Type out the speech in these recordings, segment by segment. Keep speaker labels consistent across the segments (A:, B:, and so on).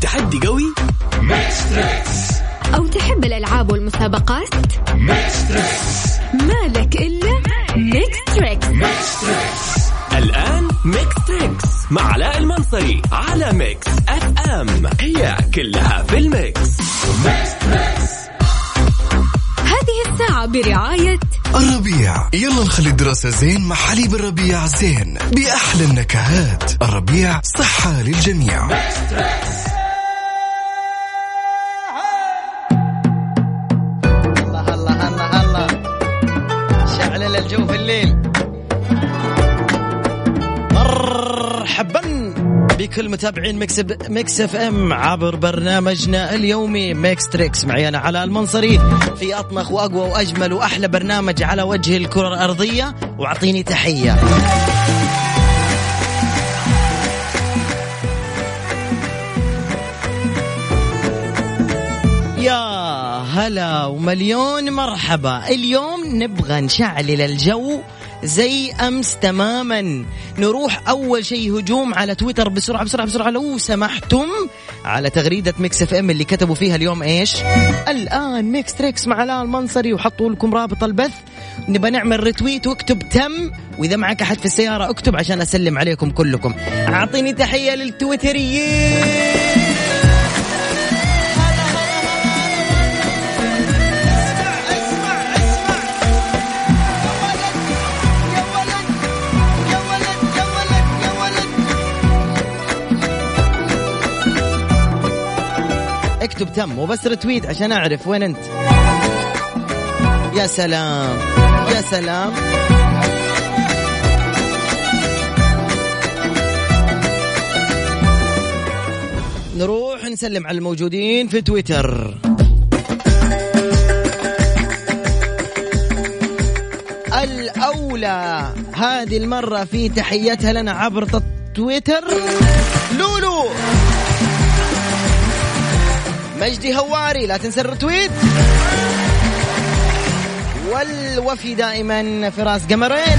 A: تحدي قوي
B: أو تحب الألعاب والمسابقات مالك إلا ميكس تريكس
A: الآن ميكس تريكس مع علاء المنصري على ميكس اف ام هي كلها في الميكس
B: هذه الساعة برعاية
C: الربيع يلا نخلي الدراسة زين مع حليب الربيع زين بأحلى النكهات الربيع صحة للجميع
D: الله الله الله الله شعل الجو في الليل مرحبا بكل متابعين ميكس ب... ميكس اف ام عبر برنامجنا اليومي ميكس تريكس معي انا علاء المنصري في اطمخ واقوى واجمل واحلى برنامج على وجه الكره الارضيه واعطيني تحيه يا هلا ومليون مرحبا اليوم نبغى نشعلل الجو زي امس تماما نروح اول شيء هجوم على تويتر بسرعه بسرعه بسرعه لو سمحتم على تغريده ميكس اف ام اللي كتبوا فيها اليوم ايش الان ميكس تريكس مع علاء المنصري وحطوا لكم رابط البث نبغى نعمل ريتويت واكتب تم واذا معك احد في السياره اكتب عشان اسلم عليكم كلكم اعطيني تحيه للتويتريين اكتب تم وبس رتويت عشان اعرف وين انت يا سلام يا سلام نروح نسلم على الموجودين في تويتر الأولى هذه المرة في تحيتها لنا عبر تط- تويتر لولو مجدي هواري لا تنسى الرتويت والوفي دائما فراس قمرين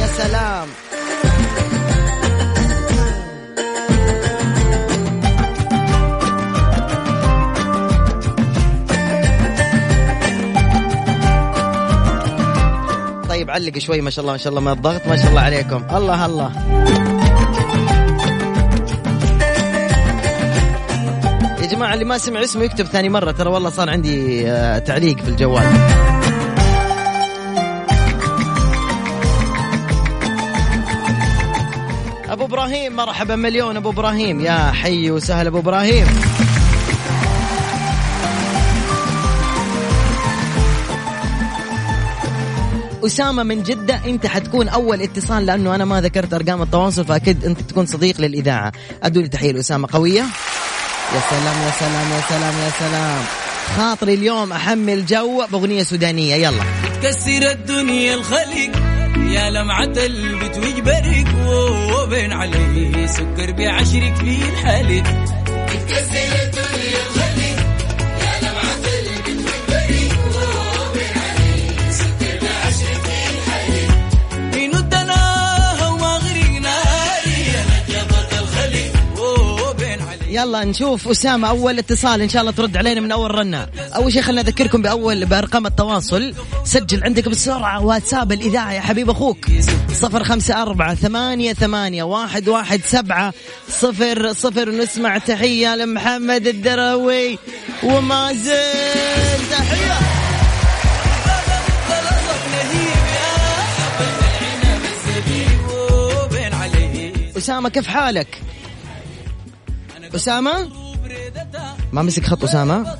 D: يا سلام طيب علق شوي ما شاء الله ما شاء الله من الضغط ما شاء الله عليكم الله الله يا جماعة اللي ما سمع اسمه يكتب ثاني مرة ترى والله صار عندي آه، تعليق في الجوال أبو إبراهيم مرحبا مليون أبو إبراهيم يا حي وسهلا أبو إبراهيم أسامة من جدة أنت حتكون أول اتصال لأنه أنا ما ذكرت أرقام التواصل فأكيد أنت تكون صديق للإذاعة أدوا لي تحية لأسامة قوية يا سلام يا سلام يا سلام يا سلام خاطري اليوم احمل جو باغنيه سودانيه يلا
E: كسر الدنيا الخلق يا لمعة البت وجبرك وبين عليه سكر بعشرك في الحلق نودنا وما غرقنا يا نجبة الخلق وبين عليه
D: يلا نشوف اسامه اول اتصال ان شاء الله ترد علينا من اول رنه اول شيء خلينا اذكركم باول بارقام التواصل سجل عندك بسرعه واتساب الاذاعه يا حبيب اخوك صفر خمسة أربعة ثمانية, ثمانية واحد, واحد سبعة صفر صفر نسمع تحية لمحمد الدروي ومازن تحية
E: وبين عليه
D: أسامة كيف حالك؟ أسامة؟ ما مسك خط أسامة؟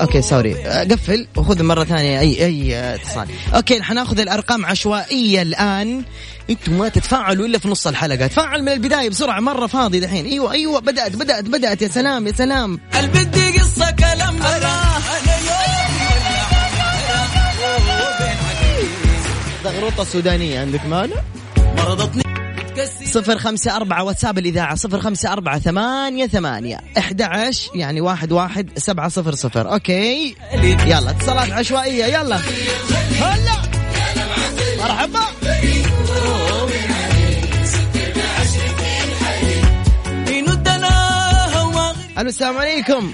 D: أوكي سوري أه، قفل وخذ مرة ثانية أي أي أه، اتصال أوكي حناخذ الأرقام عشوائية الآن أنتم ما تتفاعلوا إلا في نص الحلقة تفاعل من البداية بسرعة مرة فاضي دحين أيوة أيوة بدأت بدأت بدأت يا سلام يا سلام
E: البدي قصة كلام مراه أنا يومي
D: ضغروطة سودانية عندك مانع؟
E: مرضتني تكسر
D: صفر خمسة أربعة واتساب الإذاعة صفر خمسة أربعة ثمانية ثمانية أحد عشر يعني واحد واحد سبعة صفر صفر أوكي يلا اتصالات عشوائية يلا هلا مرحبا
E: وبين
D: الو السلام عليكم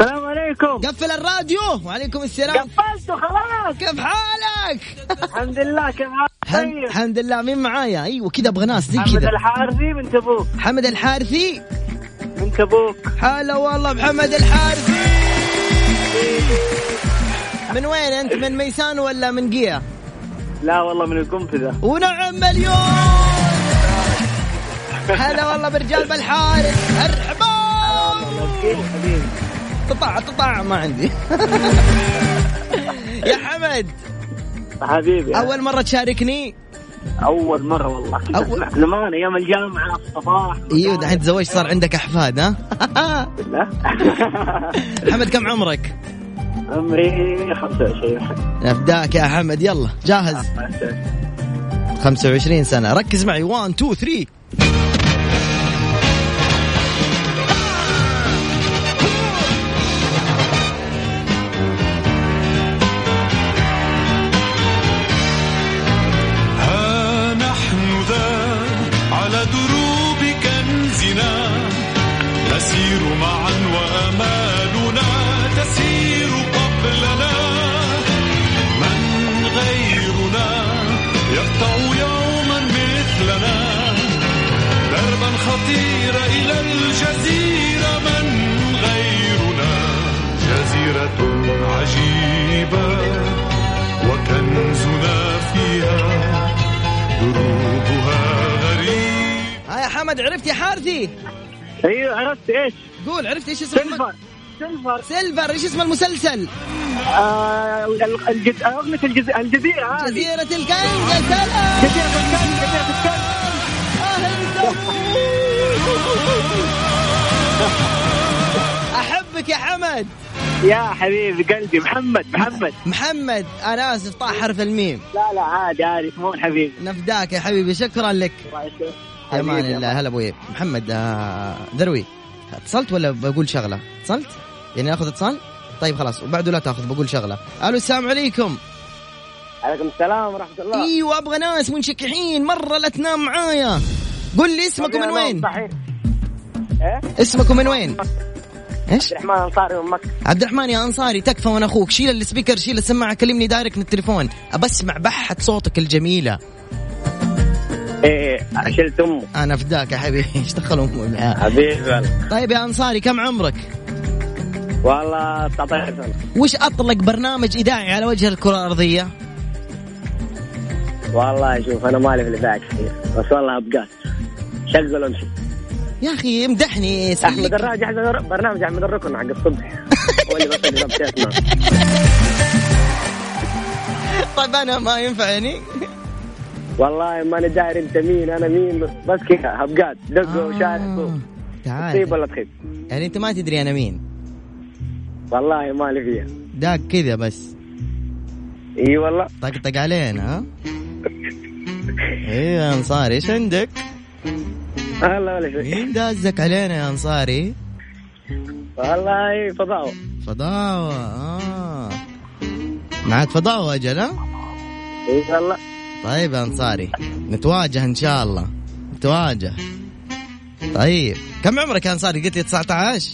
F: السلام عليكم
D: قفل الراديو وعليكم السلام
F: قفلته خلاص
D: كيف حالك؟
F: الحمد لله كيف حالك؟
D: الحمد-
F: طيب
D: الحمد لله مين معايا؟ ايوه كذا ابغى ناس زي
F: محمد
D: كذا
F: الحارثي من تبوك
D: محمد الحارثي
F: من تبوك
D: هلا والله محمد الحارثي من وين انت من ميسان ولا من قيا؟
F: لا والله من القنفذة
D: ونعم مليون هلا والله برجال بالحارث
F: كيف
D: ارحبوا
F: حبيبي
D: تطع تطع ما عندي يا حمد
F: حبيبي
D: اول مره تشاركني
F: اول مرة والله كنت
D: أول-
F: أسمع زمان ايام الجامعة الصباح
D: ايوه دحين تزوجت صار عندك احفاد ها
F: لا
D: حمد كم عمرك؟
F: عمري 25
D: ابداك يا حمد يلا جاهز 25 سنة ركز معي 1 2 3
G: ها نحن ذا على دروب كنزنا نسير معا وأمالنا تسير قبلنا من غيرنا يقطع يوما مثلنا دربا خطيرا إلى الجزيرة من غيرنا جزيرة عجيبة وكنزنا فيها دروبها غريب
D: ها يا حمد عرفت يا حارثي
F: ايوه عرفت ايش؟
D: قول عرفت ايش اسم الم-
F: سيلفر سيلفر
D: سيلفر ايش اسم المسلسل
F: آه، ال- الجز- اغنية الجز- الجزيرة هذه
D: جزيرة الكنز يا سلام
F: جزيرة الكلب جزيرة الكلب
D: احبك يا حمد
F: يا حبيبي قلبي محمد محمد
D: محمد انا اسف طاح حرف الميم
F: لا لا عادي عادي مو حبيبي
D: نفداك يا حبيبي شكرا لك
F: الله يسلمك.
D: يا مان
F: حبيبي.
D: الله هلا ابوي محمد آه، ذروي اتصلت ولا بقول شغله اتصلت يعني اخذ اتصال طيب خلاص وبعده لا تاخذ بقول شغله الو السلام عليكم
F: عليكم السلام ورحمة الله
D: ايوه ابغى ناس منشكحين مره لا تنام معايا قل لي اسمك من وين
F: صحيح ايه
D: اسمك من وين ايش
F: الرحمن انصاري من مكة
D: عبد الرحمن يا انصاري تكفى وانا اخوك شيل السبيكر شيل السماعه كلمني دايركت من التليفون ابسمع بحه صوتك الجميله
F: ايه شلت امه
D: انا فداك يا حبيبي ايش دخلوا أمي؟
F: حبيبي والله.
D: طيب يا انصاري كم عمرك
F: والله 19 سنة
D: وش اطلق برنامج اذاعي على وجه الكره الارضيه
F: والله شوف انا مالي في الاذاعة كثير بس والله ابقاك شغل وامشي
D: يا اخي امدحني اسألك.
F: احمد الراجع برنامج احمد الركن حق الصبح هو اللي بس اللي بمشي اسمعه.
D: طيب انا ما ينفع يعني
F: والله ما انا داير انت مين انا مين بس كذا ابقات دقوا
D: آه.
F: وشاركوا
D: تعال
F: طيب ولا تخيب
D: يعني انت ما تدري انا مين
F: والله مالي فيها
D: داك كذا بس
F: اي والله
D: طقطق علينا ها ايه يا انصاري ايش عندك؟
F: هلا ولا شيء
D: مين إيه؟ دازك علينا يا انصاري؟
F: والله فضاوة
D: فضاوة اه معك فضاوة اجل ها؟
F: اي والله
D: طيب يا انصاري نتواجه ان شاء الله نتواجه طيب كم عمرك يا انصاري؟ قلت لي 19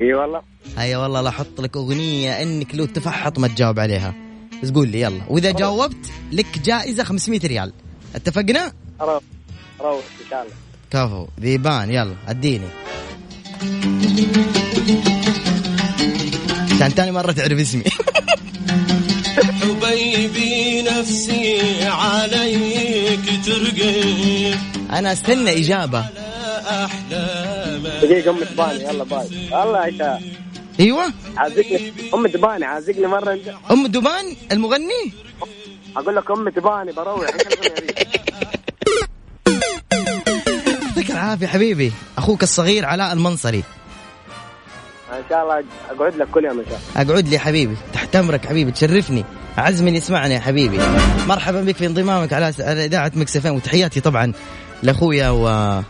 F: اي والله
D: هيا والله لا احط لك اغنية انك لو تفحط ما تجاوب عليها بس قول لي يلا واذا جاوبت لك جائزة 500 ريال اتفقنا؟
F: روح روح ان شاء الله
D: كفو ذيبان يلا اديني عشان تاني مرة تعرف اسمي
G: حبيبي نفسي عليك ترقي
D: أنا أستنى إجابة
G: أحلامك
F: دقيقة أمي تباني يلا باي والله أنت
D: أيوة
F: عازقني أمي تباني عازقني مرة أنت
D: أم دبان المغني
F: أقول لك أمي تباني بروح إيش الأغنية ذي؟
D: يعطيك العافية حبيبي أخوك الصغير علاء المنصري
F: إن شاء الله أقعد لك كل يوم إن شاء الله
D: أقعد لي حبيبي تحت أمرك حبيبي تشرفني أعز من يسمعني يا حبيبي مرحبا بك في انضمامك على على إذاعة مكسفين وتحياتي طبعا لأخويا و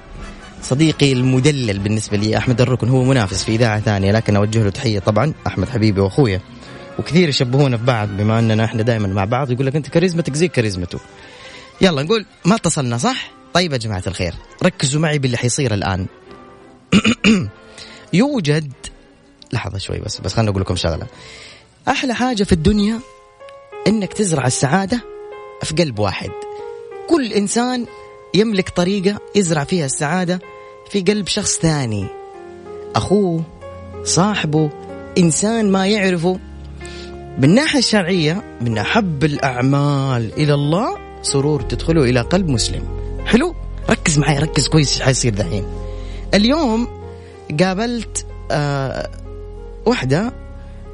D: صديقي المدلل بالنسبة لي أحمد الركن هو منافس في إذاعة ثانية لكن أوجه له تحية طبعا أحمد حبيبي وأخويا وكثير يشبهونا ببعض بما أننا إحنا دائما مع بعض يقول لك أنت كاريزمتك زي كاريزمته يلا نقول ما اتصلنا صح؟ طيب يا جماعة الخير ركزوا معي باللي حيصير الآن يوجد لحظة شوي بس بس خلنا أقول لكم شغلة أحلى حاجة في الدنيا إنك تزرع السعادة في قلب واحد كل إنسان يملك طريقة يزرع فيها السعادة في قلب شخص ثاني أخوه صاحبه إنسان ما يعرفه بالناحية الشرعية من أحب الأعمال إلى الله سرور تدخله إلى قلب مسلم حلو ركز معي ركز كويس ايش حيصير دحين اليوم قابلت آه وحدة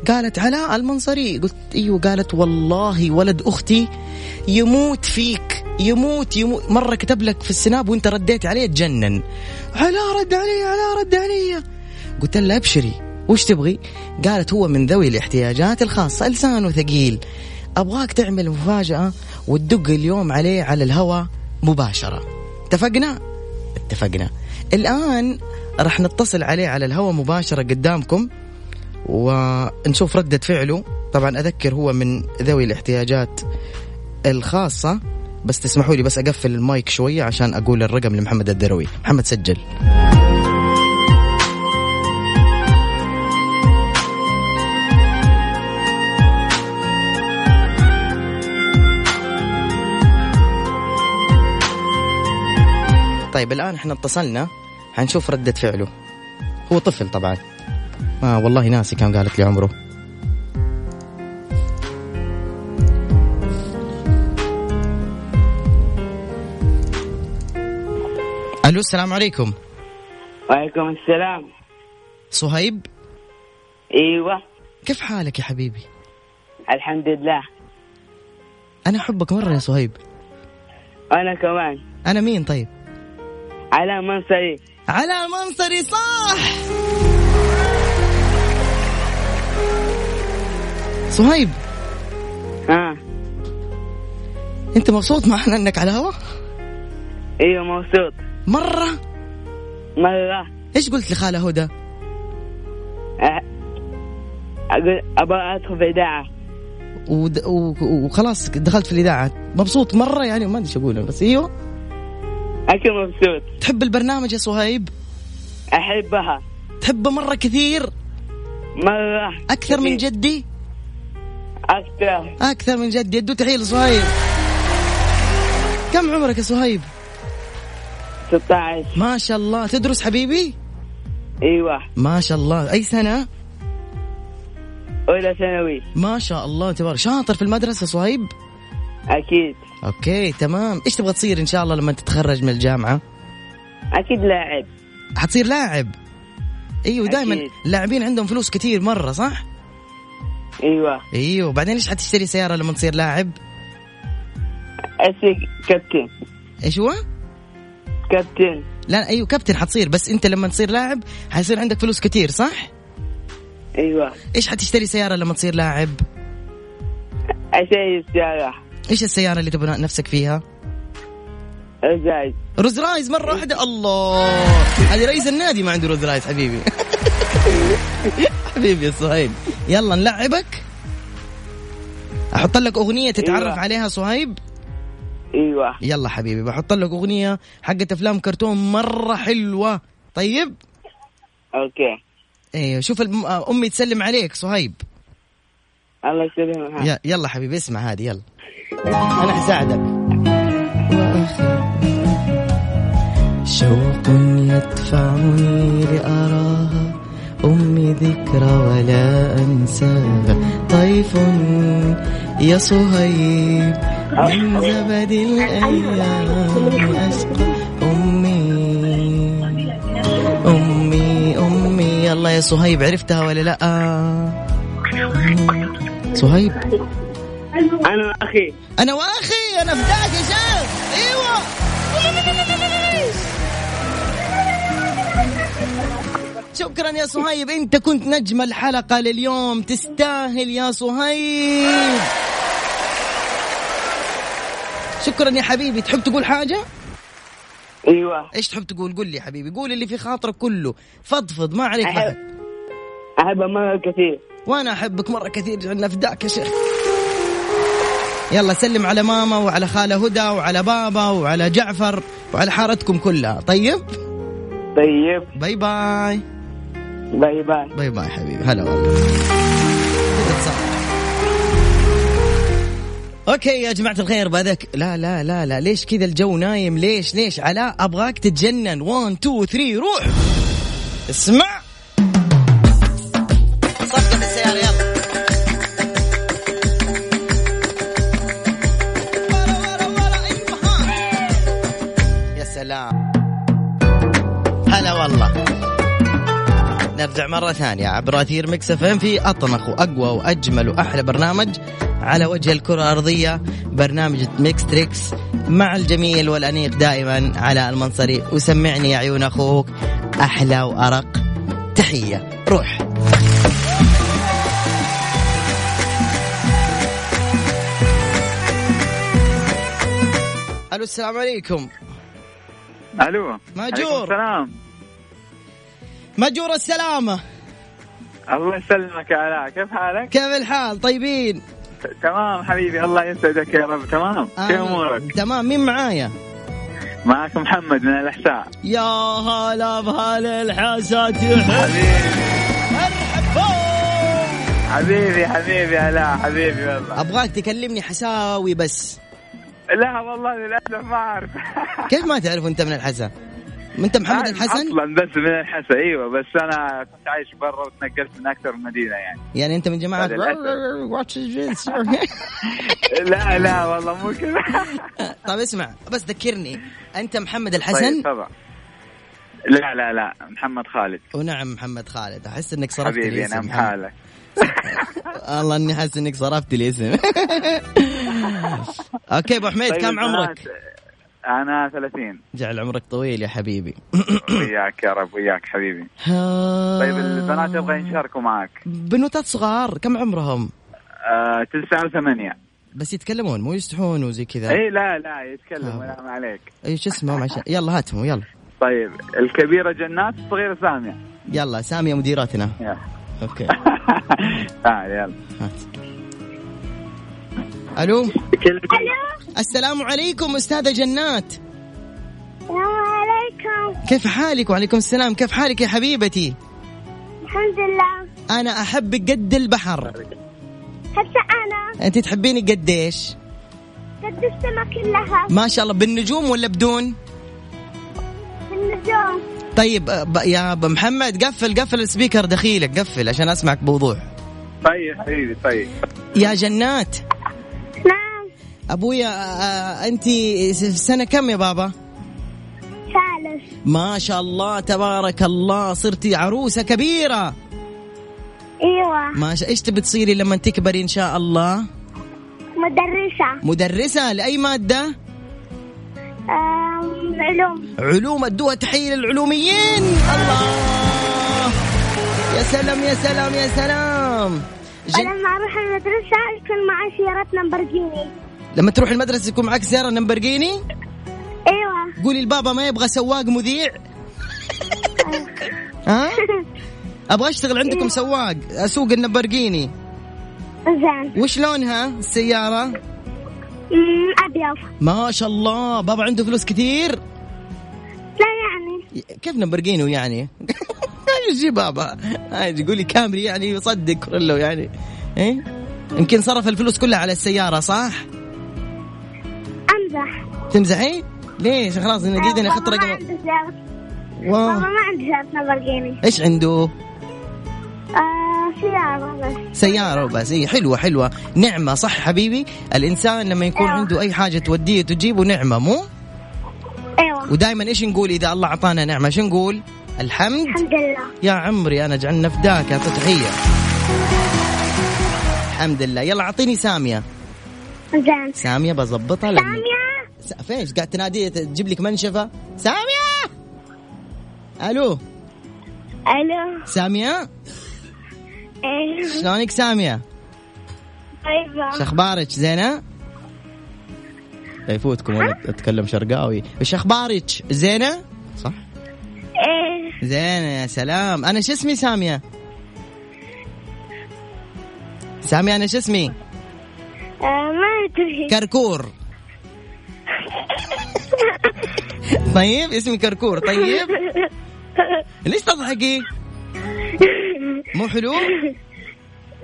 D: قالت علاء المنصري قلت ايوه قالت والله ولد اختي يموت فيك يموت يموت مره كتب لك في السناب وانت رديت عليه تجنن علاء رد علي علاء رد علي قلت لها ابشري وش تبغي؟ قالت هو من ذوي الاحتياجات الخاصه لسانه ثقيل ابغاك تعمل مفاجاه وتدق اليوم عليه على الهواء مباشره اتفقنا؟ اتفقنا الان راح نتصل عليه على الهواء مباشره قدامكم ونشوف ردة فعله طبعا أذكر هو من ذوي الاحتياجات الخاصة بس تسمحوا لي بس أقفل المايك شوية عشان أقول الرقم لمحمد الدروي محمد سجل طيب الآن احنا اتصلنا حنشوف ردة فعله هو طفل طبعا آه والله ناسي كم قالت لي عمره الو السلام عليكم
H: وعليكم السلام
D: صهيب
H: ايوه
D: كيف حالك يا حبيبي
H: الحمد لله
D: انا احبك مره يا صهيب
H: انا كمان
D: انا مين طيب
H: على منصري
D: على المنصري صح صهيب
H: ها
D: انت مبسوط معنا انك على الهوا
H: ايوه
I: إيوه
H: مبسوط
D: مره
H: مره
D: ايش قلت لخاله هدى
H: أه، اقول ابغى ادخل في اذاعه
D: ود... و... وخلاص دخلت في الاذاعه مبسوط مره يعني ما ادري ايش اقول بس ايوه
H: اكيد مبسوط
D: تحب البرنامج يا صهيب
H: احبها
D: تحبه مره كثير
H: مره
D: اكثر من
H: كثير.
D: جدي
H: اكثر
D: اكثر من جدي يدو تحيه لصهيب كم عمرك يا صهيب
H: 16
D: ما شاء الله تدرس حبيبي
H: ايوه
D: ما شاء الله اي سنه
H: اولى ثانوي
D: ما شاء الله تبارك شاطر في المدرسه صهيب
H: اكيد
D: اوكي تمام ايش تبغى تصير ان شاء الله لما تتخرج من الجامعه
H: اكيد لاعب
D: حتصير لاعب ايوه دائما
H: أكيد.
D: اللاعبين عندهم فلوس كثير مره صح
H: ايوه
D: ايوه بعدين ايش حتشتري سياره لما تصير لاعب
H: اسي كابتن
D: ايش هو
H: كابتن
D: لا ايوه كابتن حتصير بس انت لما تصير لاعب حيصير عندك فلوس كثير صح
H: ايوه
D: ايش حتشتري سياره لما تصير لاعب
H: اسي السياره
D: ايش السياره اللي تبغى نفسك فيها
H: ازاي
D: روز رايز مره واحده الله هذه رئيس النادي ما عنده روز رايز حبيبي حبيبي يا صهيب يلا نلعبك احط لك اغنيه تتعرف
H: أيوة.
D: عليها صهيب
H: ايوه
D: يلا حبيبي بحط لك اغنيه حقت افلام كرتون مره حلوه طيب
H: اوكي
D: ايوه شوف الم- امي تسلم عليك صهيب
H: الله يسلمها
D: ي- يلا حبيبي اسمع هذه يلا انا حساعدك شوق يدفعني لأراها أمي ذكرى ولا أنساها طيف يا صهيب من زبد الأيام أشقى أمي أمي أمي يلا يا صهيب عرفتها ولا لأ صهيب
H: انا اخي
D: انا واخي انا فداك يا شيخ ايوه شكرا يا صهيب انت كنت نجم الحلقه لليوم تستاهل يا صهيب شكرا يا حبيبي تحب تقول حاجه
H: ايوه
D: ايش تحب تقول قول لي يا حبيبي قول اللي في خاطرك كله فضفض ما عليك
H: أحب.
D: أحب.
H: احبها مره كثير
D: وانا احبك مره كثير انا فداك يا شيخ يلا سلم على ماما وعلى خاله هدى وعلى بابا وعلى جعفر وعلى حارتكم كلها طيب
H: طيب
D: باي باي
J: باي باي
D: باي باي حبيبي هلا والله كذا تصرف. اوكي يا جماعة الخير بهذاك لا لا لا لا ليش كذا الجو نايم ليش ليش علاء ابغاك تتجنن 1 2 3 روح اسمع صفقة السيارة يلا ورا ورا ورا ايوه ها يا سلام هلا والله نرجع مرة ثانية عبر أثير مكس اف ام في أطنخ وأقوى وأجمل وأحلى برنامج على وجه الكرة الأرضية برنامج ميكس تريكس مع الجميل والأنيق دائما على المنصري وسمعني يا عيون أخوك أحلى وأرق تحية روح ألو السلام عليكم
F: الو
D: ماجور.
F: السلام
D: مجور السلامة
F: الله يسلمك يا علاء كيف حالك؟
D: كيف الحال طيبين
F: تمام حبيبي الله يسعدك يا رب تمام كيف
D: آه،
F: امورك؟
D: تمام مين معايا
F: معك محمد من الاحساء
D: يا هلا بهلا الحاسات يحب
F: حبيبي
D: مرحبا.
F: حبيبي حبيبي يا علاء حبيبي والله
D: ابغاك تكلمني حساوي بس
F: لا والله للاسف ما اعرف
D: كيف ما تعرف انت من الحسا ما انت محمد
F: أعرف
D: الحسن
F: اصلا بس من الحسا ايوه بس انا كنت عايش برا وتنقلت من اكثر من مدينه يعني
D: يعني انت من جماعه
F: للأسف.
D: واتش الجنس
F: لا لا والله مو كذا
D: طيب اسمع بس ذكرني انت محمد
F: طيب
D: الحسن
F: طبعا لا لا لا محمد خالد
D: ونعم محمد خالد احس انك صرفت
F: طيب. حبيبي
D: الاسم
F: نعم حالك
D: الله اني حاسس انك صرفت الاسم اوكي ابو حميد
F: طيب
D: كم
F: أنا-
D: عمرك؟
F: انا 30
D: جعل عمرك طويل يا حبيبي
F: وياك يا رب وياك حبيبي طيب البنات
D: آه.
F: ابغى ينشاركوا معك
D: بنوتات صغار كم عمرهم؟
F: آه، تسعة وثمانية
D: بس يتكلمون مو يستحون وزي كذا
F: اي لا لا
D: طيب.
F: يتكلم
D: آه.
F: ولا ما عليك
D: اي شو اسمهم عشان يلا هاتهم يلا
F: طيب الكبيرة جنات الصغيرة سامية
D: يلا ساميه مديرتنا
F: يلا.
D: اوكي
F: تعال آه، يلا
D: هات الو
F: طيب،
K: الو
D: السلام عليكم استاذه جنات
K: السلام عليكم
D: كيف حالك وعليكم السلام كيف حالك يا حبيبتي
K: الحمد لله
D: انا احبك قد البحر
K: حتى انا
D: انت تحبيني قديش
K: قد السما كلها
D: ما شاء الله بالنجوم ولا بدون
K: في النجوم
D: طيب أه، ب- يا ابو محمد قفل قفل السبيكر دخيلك قفل عشان اسمعك بوضوح
F: طيب حبيبي طيب
D: يا جنات
K: نعم
D: ابويا أه، انت سنه كم يا بابا
K: ثالث
D: ما شاء الله تبارك الله صرتي عروسه كبيره
K: ايوه
D: ما شاء ايش تبي تصيري لما تكبري ان شاء الله
K: مدرسة
D: مدرسه لاي ماده
K: آم، علوم
D: علوم ادوها تحيه للعلوميين الله يا سلام يا سلام يا سلام جن...
K: ولما اروح المدرسة يكون معي سيارة لامبرجيني
D: لما تروح المدرسه يكون معك سياره نمبرجيني
K: ايوه
D: قولي لبابا ما يبغى سواق مذيع ها ابغى اشتغل عندكم سواق اسوق النمبرجيني
K: زين أمم،
D: وش لونها السياره
K: مم، ابيض
D: ما شاء الله بابا عنده فلوس كثير
K: لا يعني
D: كيف نمبرجينو يعني ايش جي بابا ايش يقول لي كامري يعني يصدق كله يعني ايه يمكن صرف الفلوس كلها على السياره صح
K: امزح
D: تمزحي ليش خلاص انا جديد انا اخذت
K: آه، بابا ما
D: رقم
K: عنده سيارة بابا
D: واه
K: ما عنده سيارة لامبرجيني
D: ايش عنده
K: آه، سيارة بس
D: سيارة بس هي حلوة حلوة نعمة صح حبيبي الإنسان لما يكون عنده أي حاجة توديه تجيبه نعمة مو
K: ايوه
D: ودائما إيش نقول إذا الله أعطانا نعمة شو نقول الحمد
K: الحمد لله
D: يا عمري انا جعلنا فداك يا تحيه الحمد لله يلا اعطيني ساميه
K: زين
D: ساميه بظبطها لما
K: سامية
D: س... فيش قاعد تنادي تجيب لك منشفه ساميه الو
K: الو
D: ساميه
K: ايه
D: شلونك ساميه
K: طيبة
D: شخبارك زينه لا يفوتكم وانا اتكلم شرقاوي ايش اخبارك زينه صح
K: ايه
D: زينه يا سلام انا شو اسمي ساميه ساميه انا شو اسمي
K: آه، ما ادري
D: كركور طيب اسمي كركور طيب ليش تضحكي؟ مو حلو؟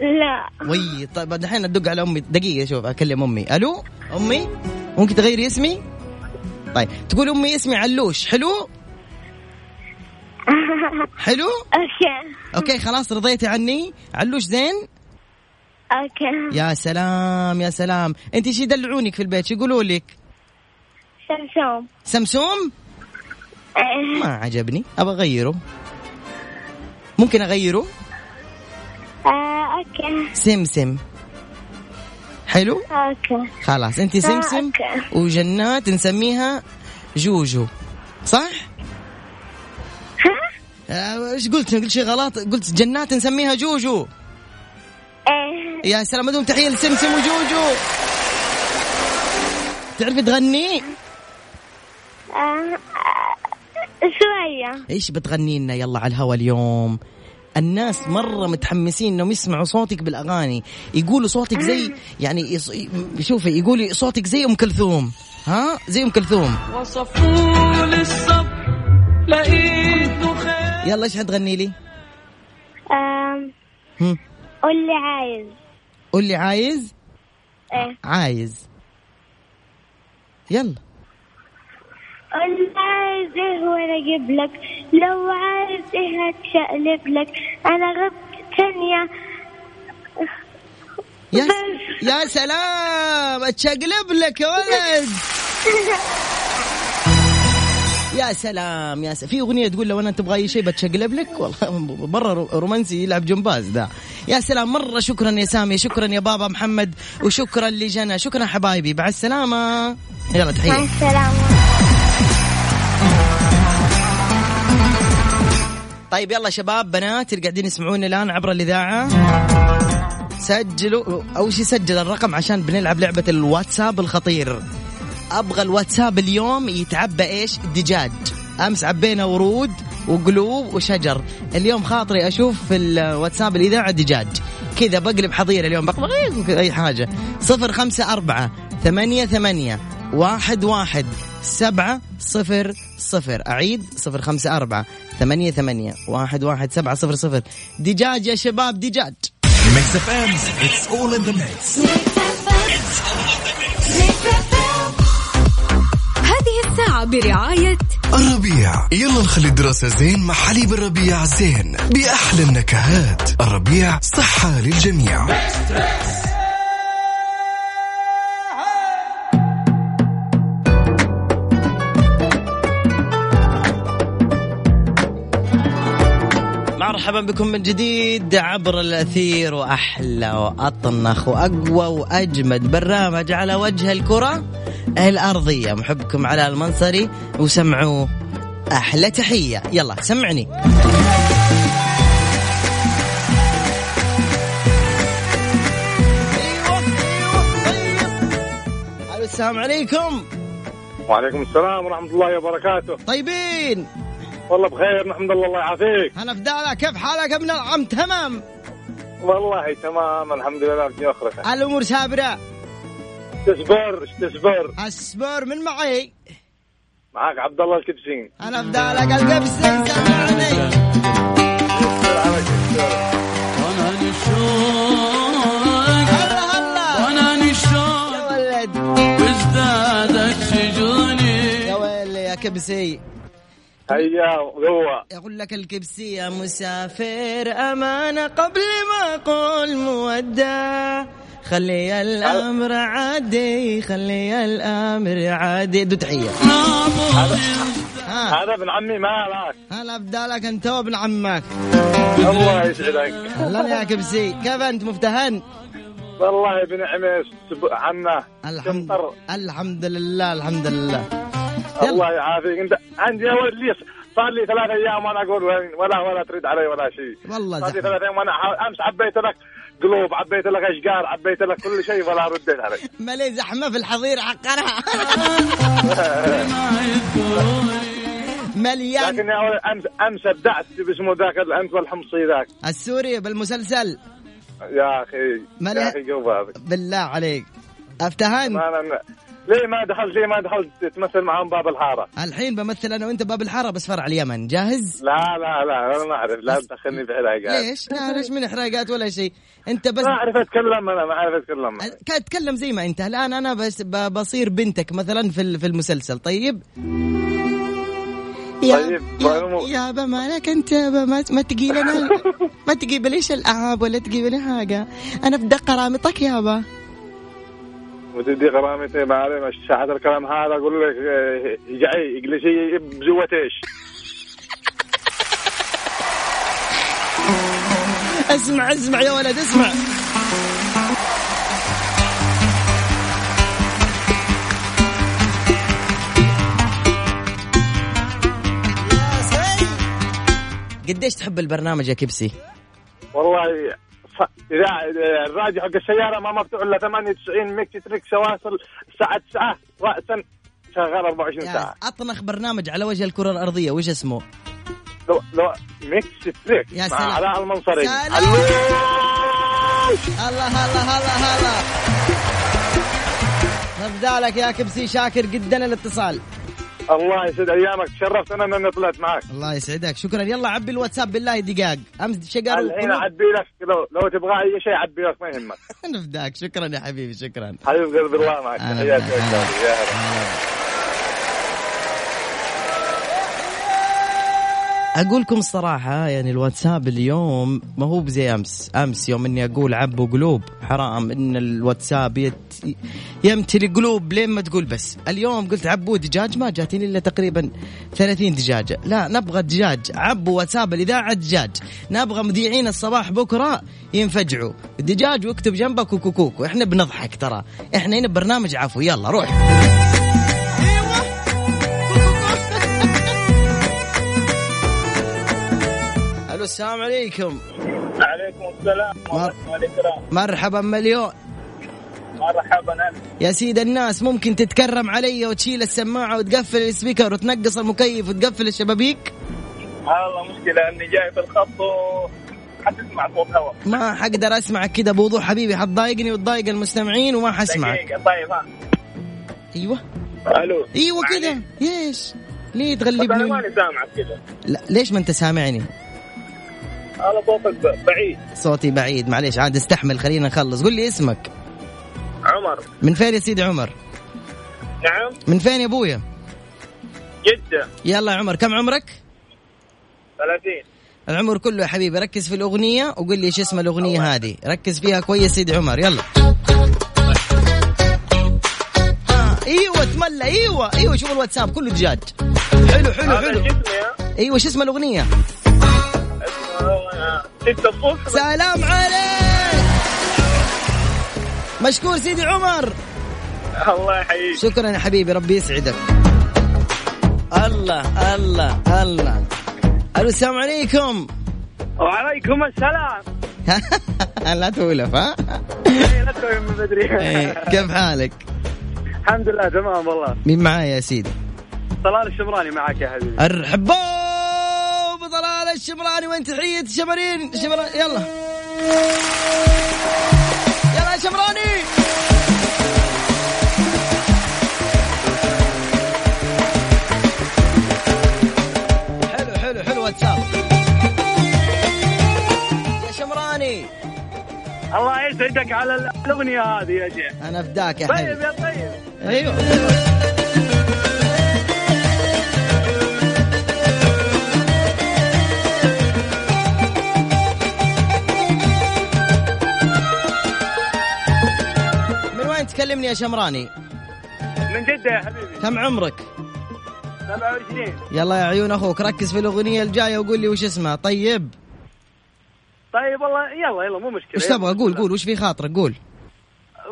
K: لا
D: وي طيب دحين ادق على امي دقيقه شوف اكلم امي الو امي ممكن تغيري اسمي؟ طيب تقول امي اسمي علوش حلو؟ حلو؟
K: اوكي
D: اوكي خلاص رضيتي عني؟ علوش زين؟
K: اوكي
D: يا سلام يا سلام انت شي يدلعونك في البيت شي يقولوا لك؟
K: سمسوم
D: سمسوم؟
K: آه،
D: ما عجبني ابغى اغيره ممكن اغيره؟
K: آه، اوكي
D: سمسم حلو؟
K: اوكي
D: خلاص انت سمسم
K: آه،
D: وجنات نسميها جوجو صح؟ آه، ايش قلت؟ قلت شيء غلط قلت جنات نسميها جوجو
K: ايه
D: يا سلام مدوم تحيه لسمسم وجوجو تعرفي تغني؟
K: آه، آه، شوية
D: ايش بتغني لنا يلا على الهوا اليوم؟ الناس مرة متحمسين انهم يسمعوا صوتك بالاغاني، يقولوا صوتك زي يعني يص... شوفي يقولوا صوتك زي ام كلثوم، ها؟ زي ام كلثوم،
I: وصفوا للصبر لقيته خير
D: يلا ايش حتغني لي؟
K: آم،
D: هم،
K: قول لي آه، عايز
D: قول لي عايز؟
K: ايه
D: عايز. يلا،
K: قول لي عايز ايه وانا اجيب لك لو عايز ايه هتشقلب لك انا غبت ثانية
D: يا
K: بس.
D: يا سلام اتشقلب لك يا ولد. يا سلام يا سلام في اغنيه تقول لو انا تبغى اي شيء بتشقلب لك والله مره رو- رومانسي يلعب جمباز ده يا سلام مره شكرا يا سامي شكرا يا بابا محمد وشكرا لجنى شكرا حبايبي مع السلامه يلا
K: مع
D: تحيه
K: السلامة
D: طيب يلا شباب بنات اللي قاعدين يسمعونا الان عبر الاذاعه سجلوا اول شيء سجل الرقم عشان بنلعب لعبه الواتساب الخطير ابغى الواتساب اليوم يتعبى ايش دجاج امس عبينا ورود وقلوب وشجر اليوم خاطري اشوف في الواتساب الاذاعه دجاج كذا بقلب حظيره اليوم بقلب وكذا اي حاجه صفر خمسة أربعة ثمانية ثمانية واحد واحد سبعة صفر صفر أعيد صفر خمسة أربعة ثمانية ثمانية واحد واحد سبعة صفر صفر دجاج يا شباب دجاج
G: ميكس اف ام اتس اول ان ذا ميكس
B: هذه الساعة برعاية
G: الربيع يلا نخلي الدراسة زين مع حليب الربيع زين بأحلى النكهات الربيع صحة للجميع
D: مرحبا بكم من جديد عبر الاثير واحلى واطنخ واقوى واجمد برنامج على وجه الكره الارضيه محبكم على المنصري وسمعوا احلى تحيه يلا سمعني أيوة، أيوة، طيب. ألو، السلام عليكم
L: وعليكم السلام ورحمة الله وبركاته
D: طيبين
L: والله بخير نحمد الله الله يعافيك
D: هلا في دالة كيف حالك يا ابن العم تمام
L: والله تمام الحمد لله في آخرته
D: الامور سابره
L: تصبر إيش تصبر
D: اصبر من معي
L: معاك عبد الله الكبسين
D: انا بدالك القبسي سمعني
I: وانا نشوق
D: هلا هلا
I: وانا
D: يا
I: نشوق
D: ولد
I: وازدادت شجوني
D: يا ويلي يا كبسي
L: هيا هو
D: يقول لك الكبسي يا مسافر امانه قبل ما اقول مودع خلي الامر عادي خلي الامر عادي دو تحيه ها
L: هذا ابن عمي مالك
D: هلا بدالك انت وابن عمك
L: الله يسعدك
D: هلا يا كبسي كيف انت مفتهن
L: والله ابن عمي سب- عمه
D: الحمد
L: شمطر.
D: الحمد لله الحمد لله
L: الله يعافيك انت عندي اول لي صار لي ثلاث ايام وانا اقول وين ولا ولا ترد علي ولا شيء
D: والله
L: صار لي
D: زحمة.
L: ثلاث ايام وانا ح- امس عبيت لك قلوب عبيت لك اشجار عبيت لك كل شيء ولا رديت علي
D: مالي زحمه في الحظيره حقنا مليان
L: لكن يا ولد امس امس ابدعت باسمه ذاك الانت والحمصي ذاك
D: السوري بالمسلسل
L: يا اخي
D: مالي-
L: يا اخي جو هذا
D: بالله عليك افتهن
L: ما أنا-
M: ليه ما دخلت ليه ما دخلت تمثل معهم باب الحاره
D: الحين بمثل انا وانت باب الحاره بس فرع اليمن جاهز
M: لا لا لا انا ما اعرف لا تدخلني في علاقات
D: ليش لا ليش من احراقات ولا شيء انت بس
M: ما اعرف اتكلم انا ما اعرف اتكلم
D: اتكلم زي ما انت الان انا بس ب- بصير بنتك مثلا في ال- في المسلسل طيب يا
M: طيب،
D: يا, يا أبا مالك انت يا أبا ما, ما تجي لنا ما تجيب ليش الالعاب ولا تجيب لي حاجه انا بدي قرامطك يا أبا
M: وتدي غرامتي ما اعرف إيش هذا الكلام هذا اقول لك آه، يقعي انجليزي بزوة ايش
D: اسمع اسمع يا ولد اسمع قديش تحب البرنامج يا كبسي؟
M: والله ص- إذا الراديو حق السياره ما مفتوح الا 98 ميكس تريك سواسل الساعه 9 راسا شغال 24 ساعه
D: اطنخ برنامج على وجه الكره الارضيه وش اسمه؟
M: لو لو ميكس تريك
D: يا
M: مع
D: سلام.
M: علاء المنصري
D: سلام. الله هلا هلا هلا نبدالك يا كبسي شاكر جدا الاتصال
M: الله يسعد ايامك تشرفت انا اني طلعت معك
D: الله يسعدك شكرا يلا عبي الواتساب بالله دقاق امس شقر
M: الحين اعبي لك لو لو تبغى اي شيء اعبي لك ما يهمك
D: نفداك شكرا يا حبيبي شكرا
M: حبيب قلب الله معك
D: أهلا
M: تحياتي
D: وسهلا.
M: وأجدادي. يا هلا
D: اقولكم الصراحه يعني الواتساب اليوم ما هو بزي امس امس يوم اني اقول عب وقلوب حرام ان الواتساب يت... يمتلي قلوب لين ما تقول بس اليوم قلت عبوا دجاج ما جاتني الا تقريبا 30 دجاجه لا نبغى دجاج عبوا واتساب الاذاعه دجاج نبغى مذيعين الصباح بكره ينفجعوا دجاج واكتب جنبك وكوكوك واحنا بنضحك ترى احنا هنا برنامج عفو يلا روح الو السلام عليكم
N: عليكم السلام ورحمة والإكرام
D: مرحبا مليون
N: مرحبا أنت
D: يا سيد الناس ممكن تتكرم علي وتشيل السماعة وتقفل السبيكر وتنقص المكيف وتقفل الشبابيك
N: والله مشكلة أني جاي في الخط و حتسمع صوت هواء
D: ما حقدر اسمعك كده بوضوح حبيبي حتضايقني وتضايق المستمعين وما حسمعك
N: دقيقة طيب ها
D: ايوه
N: ألو
D: ايوه كده ايش ليه
N: بس أنا
D: تغلبني
N: ماني سامعك كذا
D: لا ليش ما انت سامعني
N: أنا صوتك ب- بعيد
D: صوتي بعيد معليش عاد استحمل خلينا نخلص قول لي اسمك
N: عمر
D: من فين يا سيدي عمر
N: نعم
D: من فين يا ابويا
N: جدة
D: يلا يا عمر كم عمرك
N: 30
D: العمر كله يا حبيبي ركز في الاغنيه وقول لي ايش اسم الاغنيه هذه ركز فيها كويس سيدي عمر يلا آه، ايوه تملى ايوه ايوه شوف الواتساب كله دجاج حلو حلو حلو ايوه شو اسم الاغنيه
N: آه، ستة الصبح
D: سلام عليك مشكور سيدي عمر
N: الله يحييك
D: شكرا يا حبيبي ربي يسعدك الله الله الله الو السلام عليكم
L: وعليكم السلام
D: لا تولف ها
L: إيه، لكم من بدري
D: إيه، كيف حالك
L: الحمد لله تمام والله
D: مين معايا يا سيدي
L: طلال الشمراني معك يا حبيبي
D: الحبوب طلال الشمراني وين تحية الشمرين الشمراني يلا يلا يا شمراني حلو حلو حلو واتساب يا شمراني
L: الله يسعدك على ال- الاغنيه هذه يا شيخ
D: انا فداك يا
L: طيب
D: حبيبي
L: يا طيب
D: ايوه من وين تكلمني يا شمراني
L: من جده يا حبيبي
D: كم عمرك
L: 27
D: يلا يا عيون اخوك ركز في الاغنيه الجايه وقول لي وش اسمها طيب
L: طيب والله يلا يلا مو مشكله
D: وش
L: يلا.
D: تبغى قول قول وش في خاطرك قول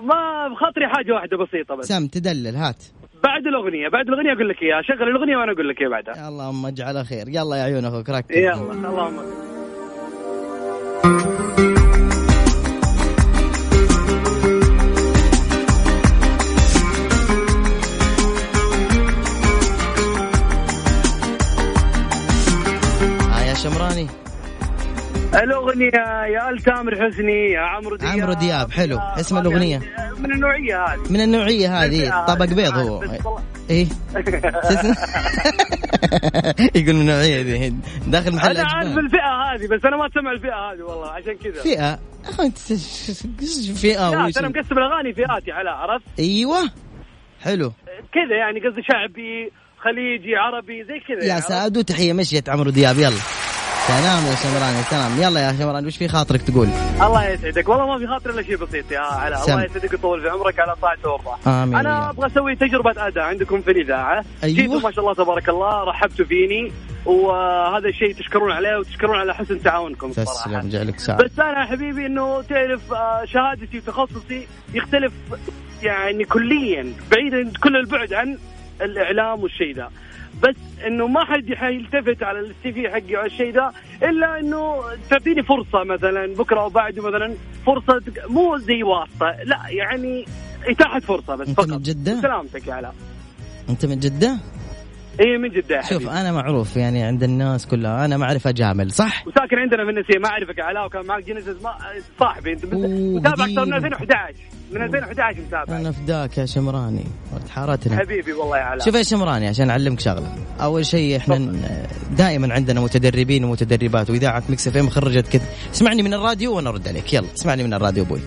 L: ما بخاطري حاجه واحده بسيطه بس
D: سم تدلل هات
L: بعد الاغنيه بعد الاغنيه اقول لك اياها شغل الاغنيه وانا اقول لك اياها بعدها
D: اللهم اجعلها خير يلا يا عيون اخوك ركز
L: يلا اللهم
D: آه يا شمراني
L: الاغنيه يا ال تامر حسني يا عمرو دياب
D: عمرو دياب حلو اسم الاغنيه
L: من النوعيه هذه
D: من النوعيه هذه
L: الفئة
D: طبق بيض
L: هذه.
D: هو
L: بس والله-
D: ايه يقول من النوعيه ذي داخل محل
L: انا عارف
D: أجبان.
L: الفئه هذه بس انا ما اسمع الفئه هذه والله عشان كذا
D: فئه اخوي انت فئه
L: لا
D: وش
L: ترى مقسم الاغاني فئات يا علاء عرفت
D: ايوه حلو
L: كذا يعني قصدي شعبي خليجي عربي زي كذا
D: يا
L: يعني
D: سعد وتحيه مشيت عمرو دياب يلا سلام يا شمران يا سلام يلا يا شمران وش في خاطرك تقول
L: الله يسعدك والله ما في خاطر الا شيء بسيط يا علاء
D: سم.
L: الله يسعدك ويطول في عمرك على طاعته وارضاه
D: آمين يا رب.
L: انا ابغى اسوي تجربه اداء عندكم في الاذاعه
D: أيوة.
L: جيتوا ما شاء الله تبارك الله رحبتوا فيني وهذا الشيء تشكرون عليه وتشكرون على حسن تعاونكم الصراحه
D: تسلم جعلك سعد
L: بس انا يا حبيبي انه تعرف آه، شهادتي وتخصصي يختلف يعني كليا بعيدا كل البعد عن الاعلام والشيء ذا بس انه ما حد حيلتفت على السي في حقي وعلى الشيء ذا الا انه تعطيني فرصه مثلا بكره او بعده مثلا فرصه تك- مو زي واسطه لا يعني اتاحه فرصه بس
D: أنت
L: فقط
D: من جدة؟
L: سلامتك يا علاء
D: انت من جده
L: اي من جده يا
D: شوف
L: حبيبي
D: انا معروف يعني عند الناس كلها انا ما اعرف اجامل صح
L: وساكن عندنا في النسيم ما اعرفك يا علاء وكان معك جينيسيس ما صاحبي انت
D: أوه،
L: متابع اكثر من
D: قديم.
L: 2011 من 2011 متابع
D: انا فداك يا شمراني تحارتنا
L: حبيبي والله يا علاء
D: شوف يا شمراني عشان اعلمك شغله اول شيء احنا ن- دائما عندنا متدربين ومتدربات واذاعه مكس اف ام خرجت كثير اسمعني من الراديو وانا ارد عليك يلا اسمعني من الراديو ابوي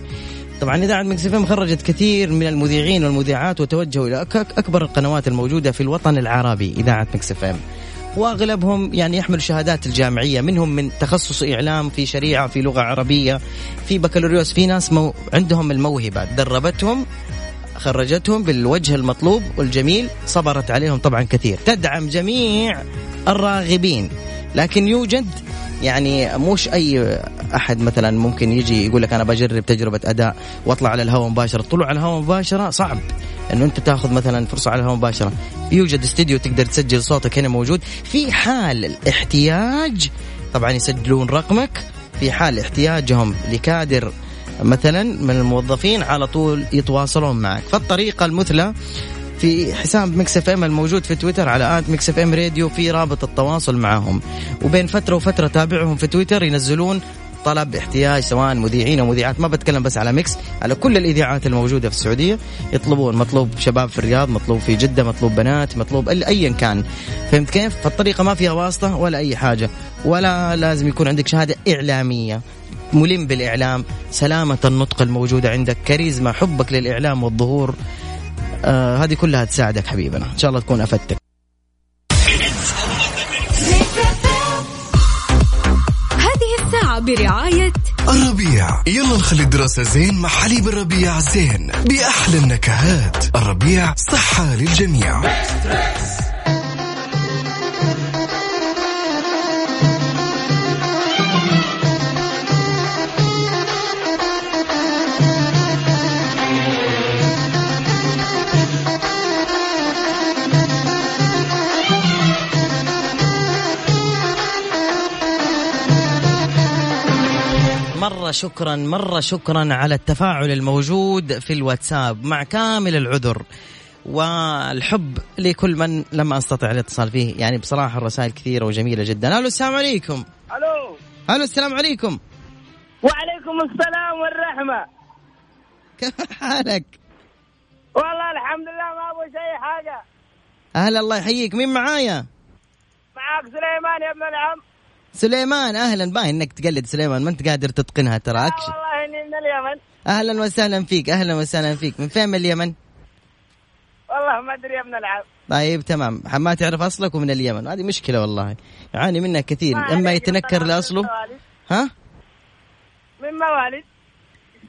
D: طبعا اذاعه مكس اف ام خرجت كثير من المذيعين والمذيعات وتوجهوا الى أك- اكبر القنوات الموجوده في الوطن العربي اذاعه مكس اف ام واغلبهم يعني يحملوا شهادات الجامعيه منهم من تخصص اعلام في شريعه في لغه عربيه في بكالوريوس في ناس مو عندهم الموهبه دربتهم خرجتهم بالوجه المطلوب والجميل صبرت عليهم طبعا كثير تدعم جميع الراغبين لكن يوجد يعني مش اي احد مثلا ممكن يجي يقول لك انا بجرب تجربه اداء واطلع على الهواء مباشره طلوع على الهواء مباشره صعب انه انت تاخذ مثلا فرصه على الهواء مباشره يوجد استديو تقدر تسجل صوتك هنا موجود في حال الاحتياج طبعا يسجلون رقمك في حال احتياجهم لكادر مثلا من الموظفين على طول يتواصلون معك فالطريقه المثلى في حساب ميكس اف ام الموجود في تويتر على ات ميكس اف ام راديو في رابط التواصل معهم وبين فتره وفتره تابعهم في تويتر ينزلون طلب احتياج سواء مذيعين او مذيعات ما بتكلم بس على ميكس على كل الاذاعات الموجوده في السعوديه يطلبون مطلوب شباب في الرياض مطلوب في جده مطلوب بنات مطلوب ال- ايا كان فهمت كيف فالطريقه ما فيها واسطه ولا اي حاجه ولا لازم يكون عندك شهاده اعلاميه ملم بالإعلام سلامة النطق الموجودة عندك كاريزما حبك للإعلام والظهور آه هذه كلها تساعدك حبيبنا إن شاء الله تكون أفدتك
B: هذه الساعة برعاية
C: الربيع يلا نخلي الدراسة زين مع حليب الربيع زين بأحلى النكهات الربيع صحة للجميع
D: مرة شكرا مرة شكرا على التفاعل الموجود في الواتساب مع كامل العذر والحب لكل من لم أستطع الاتصال فيه يعني بصراحة الرسائل كثيرة وجميلة جدا ألو السلام عليكم
O: الو
D: ألو السلام عليكم
O: وعليكم السلام والرحمه
D: كيف حالك
O: والله الحمد لله ما ابغى شيء حاجه
D: أهلا الله يحييك مين معايا
O: معك سليمان يا ابن العم
D: سليمان اهلا باين انك تقلد سليمان ما انت قادر تتقنها ترى اكشن
O: والله اني من اليمن
D: اهلا وسهلا فيك اهلا وسهلا فيك من فين من اليمن
O: والله ما ادري يا ابن العم
D: طيب تمام ما تعرف اصلك ومن اليمن هذه مشكله والله يعاني منها كثير
O: ما
D: اما
O: عليك،
D: يتنكر
O: والله
D: لاصله
O: من موالد-
D: ها
O: من موالد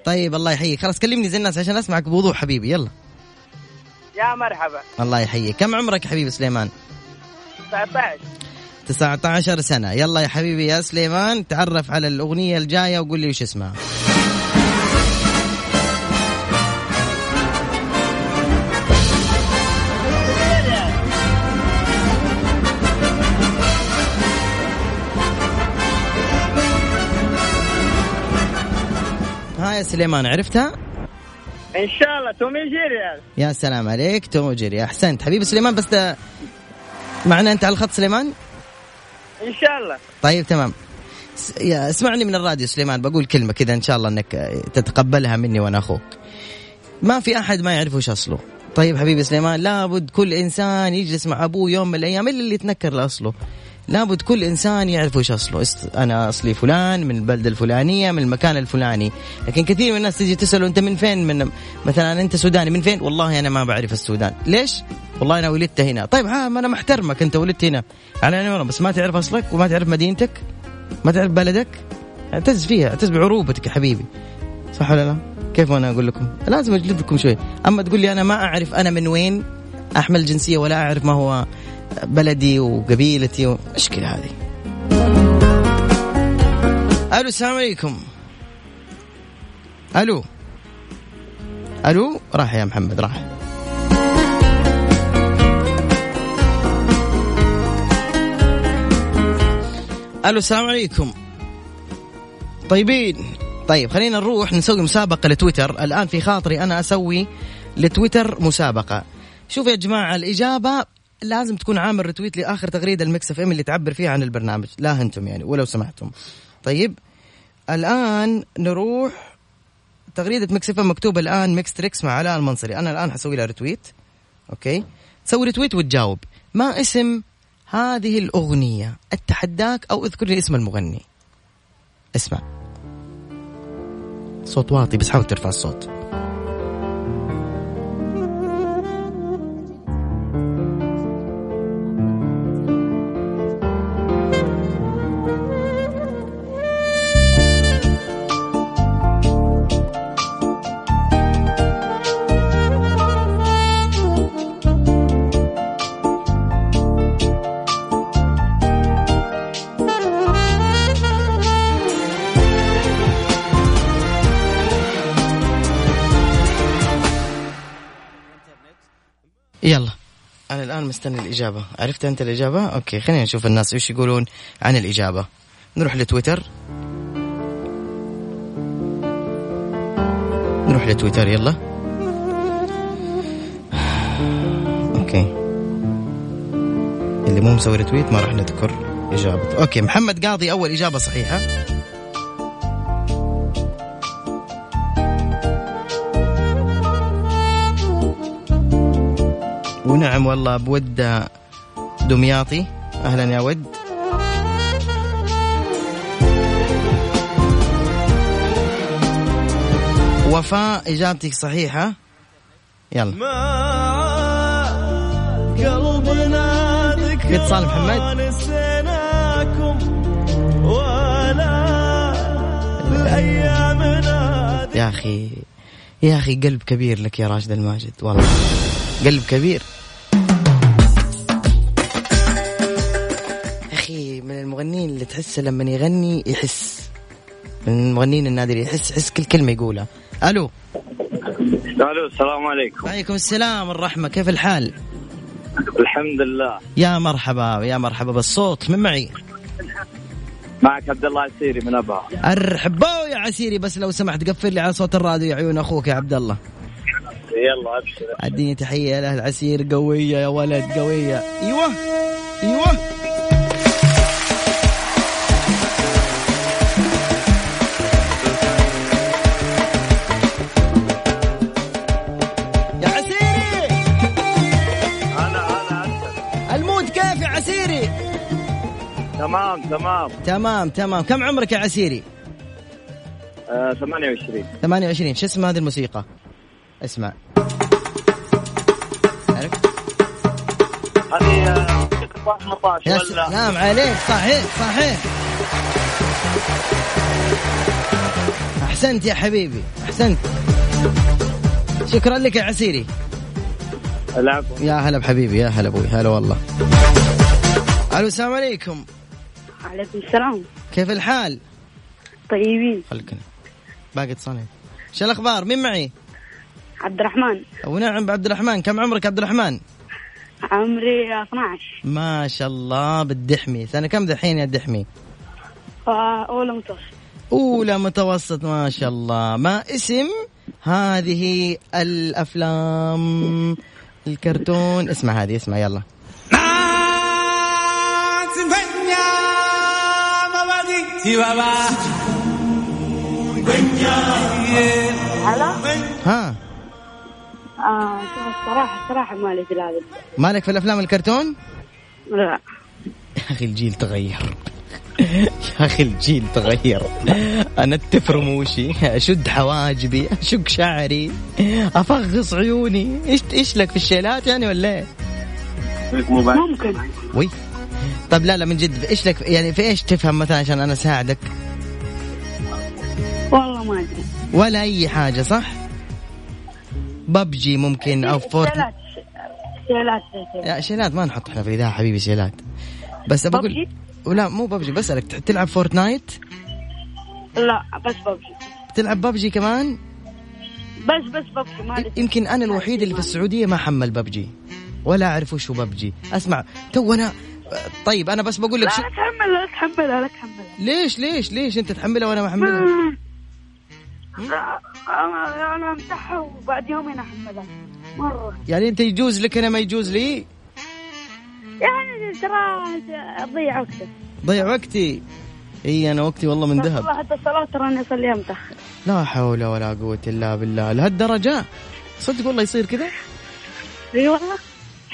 D: طيب الله يحييك خلاص كلمني زي الناس عشان اسمعك بوضوح حبيبي يلا
O: يا مرحبا
D: الله يحييك كم عمرك يا حبيبي سليمان
O: 19
D: 19 سنه يلا يا حبيبي يا سليمان تعرف على الاغنيه الجايه وقول لي وش اسمها ها يا سليمان عرفتها
O: ان شاء الله تومي جيري يعني.
D: يا سلام عليك توم وجيري احسنت حبيبي سليمان بس ده- معنا انت على الخط سليمان
O: ان شاء الله
D: طيب تمام س- يا اسمعني من الراديو سليمان بقول كلمه كذا ان شاء الله انك تتقبلها مني وانا اخوك ما في احد ما يعرف وش اصله طيب حبيبي سليمان لابد كل انسان يجلس مع ابوه يوم من الايام الا اللي يتنكر لاصله لابد كل انسان يعرف وش اصله است- انا اصلي فلان من البلده الفلانيه من المكان الفلاني لكن كثير من الناس تيجي تساله انت من فين من مثلا انت سوداني من فين والله انا ما بعرف السودان ليش والله انا ولدت هنا طيب ها ما انا محترمك انت ولدت هنا على عيني وراسي، بس ما تعرف اصلك وما تعرف مدينتك ما تعرف بلدك اعتز فيها اعتز بعروبتك يا حبيبي صح ولا لا كيف وانا اقول لكم لازم اجلدكم شوي اما تقول لي انا ما اعرف انا من وين احمل جنسيه ولا اعرف ما هو بلدي وقبيلتي و... مشكله هذه الو السلام عليكم الو الو راح يا محمد راح الو السلام عليكم طيبين طيب خلينا نروح نسوي مسابقة لتويتر الآن في خاطري أنا أسوي لتويتر مسابقة شوف يا جماعة الإجابة لازم تكون عامل رتويت لآخر تغريدة المكس اف ام اللي تعبر فيها عن البرنامج لا هنتم يعني ولو سمحتم طيب الآن نروح تغريدة مكس اف ام مكتوبة الآن مكس تريكس مع علاء المنصري أنا الآن حسوي لها رتويت أوكي تسوي رتويت وتجاوب ما اسم هذه الأغنية أتحداك أو اذكر لي اسم المغني اسمع صوت واطي بس حاول ترفع الصوت يلا أنا الآن مستني الإجابة عرفت أنت الإجابة؟ أوكي خلينا نشوف الناس إيش يقولون عن الإجابة نروح لتويتر نروح لتويتر يلا أوكي اللي مو مسوي رتويت ما راح نذكر إجابته أوكي محمد قاضي أول إجابة صحيحة ونعم والله بود دمياطي اهلا يا ود وفاء اجابتك صحيحه يلا
G: قلبنا ذكرى
D: اتصال محمد.
G: نسيناكم ولا بأيامنا
D: يا اخي يا اخي قلب كبير لك يا راشد الماجد والله قلب كبير يا اخي من المغنيين اللي تحسه لما يغني يحس من المغنيين النادر يحس يحس كل كلمه يقولها الو
I: الو السلام عليكم
D: وعليكم السلام والرحمه كيف الحال
I: الحمد لله
D: يا مرحبا يا مرحبا بالصوت من معي
I: معك عبد الله عسيري من ابها
D: ارحبوا يا عسيري بس لو سمحت قفل لي على صوت الراديو يا عيون اخوك يا عبد الله
I: يلا ابشر
D: اديني تحيه لاهل عسير قويه يا ولد قويه ايوه ايوه يا عسيري المود كيف يا عسيري
I: تمام تمام
D: تمام تمام كم عمرك يا عسيري
I: آه 28
D: 28 شو اسم هذه الموسيقى اسمع
I: هذه آه، قطاع 18
D: يا
I: ولا
D: سلام نعم، عليك صحيح صحيح احسنت يا حبيبي احسنت شكرا لك يا عسيري
I: العفو
D: يا هلا بحبيبي يا هلا ابوي هلا والله الو السلام عليكم
P: عليكم السلام
D: كيف الحال
P: طيبين
D: خلكنا باقي اتصالين شو الاخبار مين معي
P: عبد الرحمن
D: ونعم عبد الرحمن كم عمرك عبد الرحمن
P: عمري 12
D: ما شاء الله بالدحمي سنه كم دحين يا الدحمي
O: آه،
P: وأولى متوسط
D: أولى متوسط ما شاء الله ما اسم هذه الأفلام الكرتون اسمع هذه اسمع يلا ها
L: آه شوف الصراحة الصراحة مالي في هذا
D: مالك في الافلام الكرتون؟
L: لا
D: يا اخي الجيل تغير يا اخي الجيل تغير انا اتف رموشي اشد حواجبي اشق شعري افغص عيوني ايش ايش لك في الشيلات يعني ولا ايه؟
L: ممكن
D: وي طب لا لا من جد ايش لك يعني في ايش تفهم مثلا عشان انا اساعدك
L: والله ما ادري
D: ولا اي حاجه صح؟ ببجي ممكن او
L: إيه،
D: فورت
L: شيلات شيلات
D: لا شيلات ما نحط احنا في الاذاعه حبيبي شيلات بس بقول
L: ببجي؟
D: ولا مو ببجي بسالك تلعب فورتنايت؟
L: لا بس ببجي
D: تلعب ببجي كمان؟
L: بس بس ببجي ما ادري
D: يمكن انا الوحيد اللي في السعوديه ما حمل ببجي ولا اعرف وش هو ببجي اسمع تو انا طيب انا بس بقول لك شو...
L: لا تحملها لا تحملها لا تحملها
D: ليش ليش ليش انت تحملها وانا ما احملها
L: لا، انا انا امسحها وبعد يومين احملها مره
D: يعني انت يجوز لك انا ما يجوز لي
L: يعني ترى اضيع وقتك
D: ضيع وقتي اي انا وقتي والله من ذهب
L: والله حتى الصلاه تراني اصليها متاخر
D: لا حول ولا قوه الا بالله لهالدرجه صدق والله يصير كذا
L: اي والله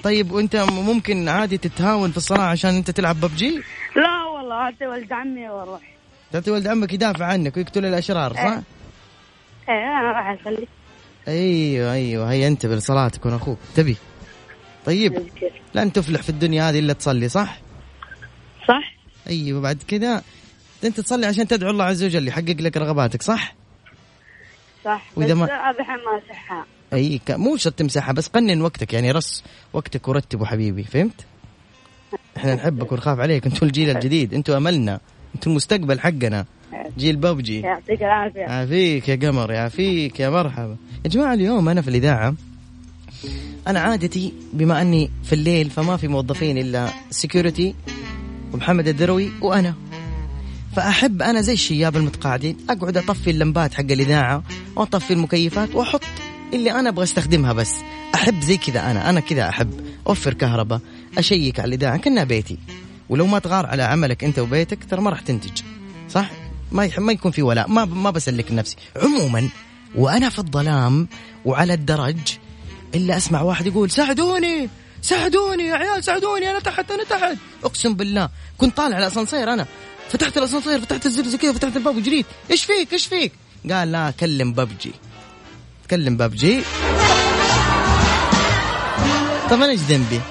D: طيب وانت ممكن عادي تتهاون في الصلاه عشان انت تلعب ببجي
L: لا والله اعطي ولد عمي واروح
D: تعطي ولد عمك يدافع عنك ويقتل الاشرار صح
L: إيه. ايه انا راح اصلي
D: ايوه ايوه هيا انتبه لصلاتك وانا اخوك تبي طيب لن تفلح في الدنيا هذه الا تصلي صح
L: صح
D: ايوه بعد كذا انت تصلي عشان تدعو الله عز وجل يحقق لك رغباتك صح
L: صح بس
D: وإذا ما-
L: هذا حين ما صحها
D: اي ك- مو شرط تمسحها بس قنن وقتك يعني رص وقتك ورتبه حبيبي فهمت احنا نحبك ونخاف عليك انتوا الجيل الجديد انتوا املنا انتوا المستقبل حقنا جيل ببجي
L: يعطيك العافيه
D: عافيك يا قمر يعافيك يا مرحبا يا جماعة اليوم أنا في الإذاعة أنا عادتي بما أني في الليل فما في موظفين إلا سكيورتي ومحمد الدروي وأنا فأحب أنا زي الشياب المتقاعدين أقعد أطفي اللمبات حق الإذاعة وأطفي المكيفات وأحط اللي أنا أبغى أستخدمها بس أحب زي كذا أنا أنا كذا أحب أوفر كهرباء أشيك على الإذاعة كأنها بيتي ولو ما تغار على عملك أنت وبيتك ترى ما راح تنتج صح ما يح- ما يكون في ولاء ما ما بسلك نفسي عموما وأنا في الظلام وعلى الدرج إلا أسمع واحد يقول ساعدوني ساعدوني يا عيال ساعدوني أنا تحت أنا تحت أقسم بالله كنت طالع على الأسانسير أنا فتحت الأسانسير فتحت الزبزة كذا فتحت الباب وجريت إيش فيك إيش فيك قال لا كلم ببجي كلم ببجي طب انا ايش ذنبي؟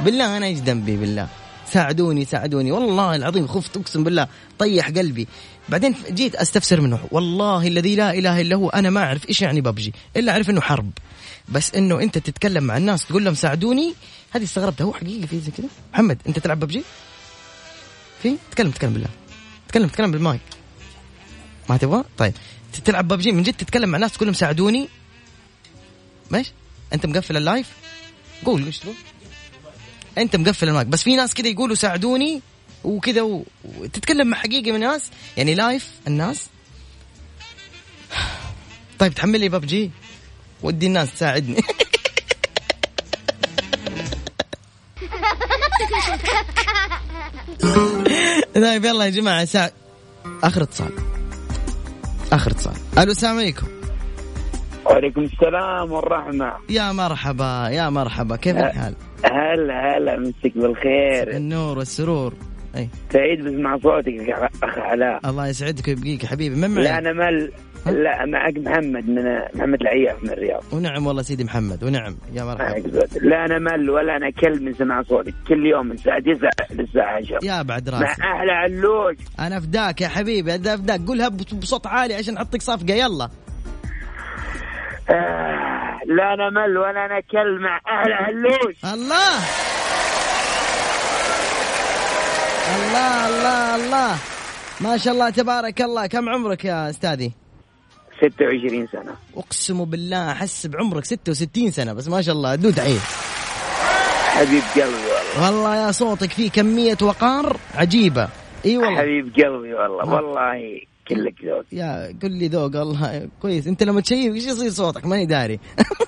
D: بالله انا ايش ذنبي بالله؟ ساعدوني ساعدوني والله العظيم خفت اقسم بالله طيح قلبي بعدين جيت استفسر منه والله الذي لا اله الا هو انا ما اعرف ايش يعني ببجي الا اعرف انه حرب بس انه انت تتكلم مع الناس تقول لهم ساعدوني هذه استغربتها هو حقيقي في زي كذا محمد انت تلعب ببجي في تكلم تكلم بالله تكلم تكلم بالمايك ما تبغى طيب تلعب ببجي من جد تتكلم مع ناس تقول لهم ساعدوني ماشي انت مقفل اللايف قول ايش تقول انت مقفل المايك بس في ناس كذا يقولوا ساعدوني وكذا و... وتتكلم مع حقيقي من ناس يعني لايف الناس طيب تحمل لي ببجي ودي الناس تساعدني طيب يلا يا جماعه ساعد اخر اتصال اخر اتصال الو السلام عليكم
F: وعليكم السلام والرحمة
D: يا مرحبا يا مرحبا كيف
F: أه.
D: الحال؟
F: هلا هلا مسك بالخير
D: النور والسرور اي
F: سعيد بسمع صوتك يا أخ علاء
D: الله يسعدك ويبقيك يا حبيبي من
F: لا
D: معي؟
F: أنا مال لا معك محمد من محمد العياف من الرياض
D: ونعم والله سيدي محمد ونعم يا
F: معك
D: مرحبا
F: زود. لا أنا مل ولا أنا كلب من سمع صوتك كل يوم من الساعة 9 للساعة 10
D: يا بعد
F: مع
D: راسي
F: أحلى علوش
D: انا فداك يا حبيبي انا فداك قولها بص- بصوت عالي عشان احطك صفقه يلا
F: آه، لا أنا مل ولا أنا كلب مع أحلى علوش
D: الله الله الله الله ما شاء الله تبارك الله كم عمرك يا استاذي
F: 26 سنة
D: اقسم بالله احس بعمرك 66 سنه بس ما شاء الله دود عين
F: حبيب قلبي والله
D: والله يا صوتك فيه كميه وقار عجيبه اي والله
F: حبيب قلبي والله والله كلك ذوق
D: يا قل لي ذوق الله كويس انت لما تشيب ايش يصير صوتك ماني داري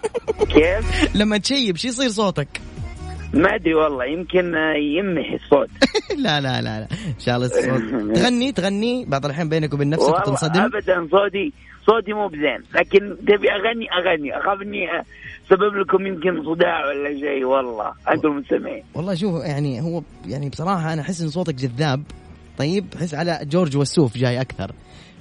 F: كيف؟
D: لما تشيب شو يصير صوتك
F: ما ادري والله يمكن آه، يمحي الصوت
D: لا لا لا لا ان شاء الله الصوت تغني تغني بعض الاحيان بينك وبين نفسك
F: والله
D: وتنصدم
F: ابدا صوتي
I: صوتي مو بزين لكن تبي اغني اغني اخاف اني اسبب لكم يمكن صداع ولا شيء والله انتم المستمعين
D: والله شوف يعني هو يعني بصراحه انا احس ان صوتك جذاب طيب احس على جورج والسوف جاي اكثر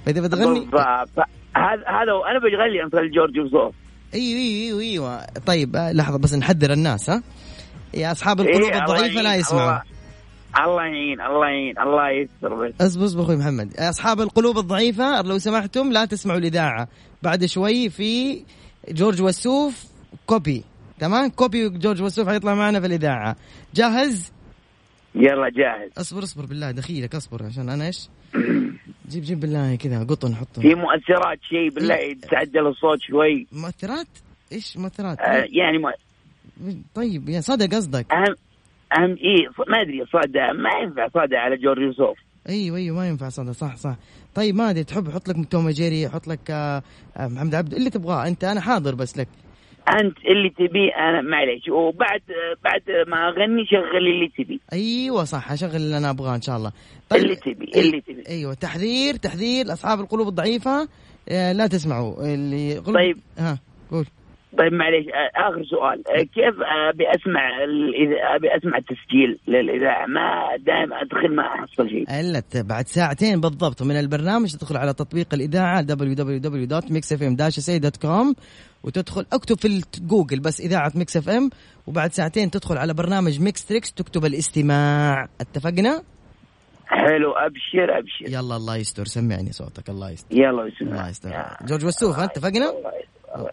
D: فاذا بتغني
I: بالضبط. هذا هذا هو. انا بشغلي امثال جورج وصوف
D: ايوه ايوه ايوه طيب آه، لحظه بس نحذر الناس ها يا اصحاب القلوب
I: إيه، الله
D: الضعيفه لا
I: يعين،
D: يسمعوا
I: الله- الله يعين الله يعين الله يستر بس
D: اصبر اصبر اخوي محمد يا اصحاب القلوب الضعيفه لو سمحتم لا تسمعوا الاذاعه بعد شوي في جورج وسوف كوبي تمام كوبي وجورج وسوف حيطلع معنا في الاذاعه جاهز
I: يلا جاهز
D: اصبر اصبر بالله دخيلك اصبر عشان انا ايش جيب جيب بالله كذا قطن حطه
I: في مؤثرات شيء بالله يتعدل الصوت شوي
D: مؤثرات ايش مؤثرات
I: آه، يعني ما
D: طيب يعني صدى قصدك
I: اهم اهم اي إيه، ما ادري صدى ما ينفع صدى على جورج يوسف
D: ايوه ايوه ما ينفع صدى صح صح طيب ما ادري تحب احط لك توم جيري احط لك آه، آه، محمد عبد اللي تبغاه انت انا حاضر بس لك
I: انت اللي تبيه انا معليش وبعد بعد ما اغني شغلي اللي تبيه
D: ايوه صح اشغل اللي انا ابغاه ان شاء الله
I: اللي تبي اللي تبي
D: ايوه تحذير تحذير اصحاب القلوب الضعيفه آه، لا تسمعوا اللي قلوب
I: طيب.
D: ها قول
I: طيب معليش آه، اخر سؤال آه، كيف آه، ابي اسمع ال- إذا- آه، ابي اسمع تسجيل للاذاعه ما دائم ادخل ما احصل شيء
D: الا ت- بعد ساعتين بالضبط من البرنامج تدخل على تطبيق الاذاعه www.mixfm-sa.com وتدخل اكتب في جوجل بس اذاعه ميكس اف ام وبعد ساعتين تدخل على برنامج ميكس تريكس تكتب الاستماع اتفقنا؟
I: حلو ابشر ابشر
D: يلا الله يستر سمعني صوتك الله يستر
I: يلا يسلمك.
D: الله يستر جورج وسوف ها، اتفقنا؟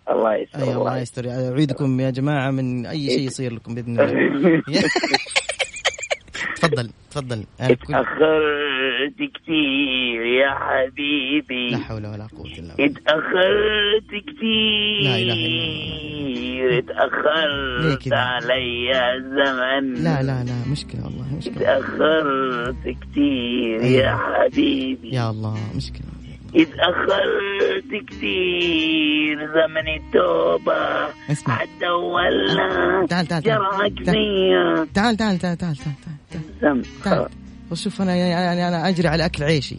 I: الله يستر
D: أي الله يستر اعيدكم يا جماعه من اي شيء يصير لكم باذن الله تفضل تفضل أنا كل-
I: تاخرت كثير يا حبيبي
D: لا حول ولا قوه الا بالله
I: اتأخرت
D: لا إله إلا
I: كثير
D: ليه
I: اتأخرت
D: كذا؟
I: علي الزمن
D: لا لا لا مشكله والله مشكله
I: اتأخرت كثير
D: أيوة.
I: يا حبيبي
D: يا الله مشكله
I: اتأخرت كثير زمن التوبة
D: اسمع
I: حتى ولا
D: تعال تعال تعال
I: جرعة
D: تعال
I: كبيرة
D: تعال تعال تعال تعال
I: سم.
D: تعال وشوف انا يعني انا اجري على اكل عيشي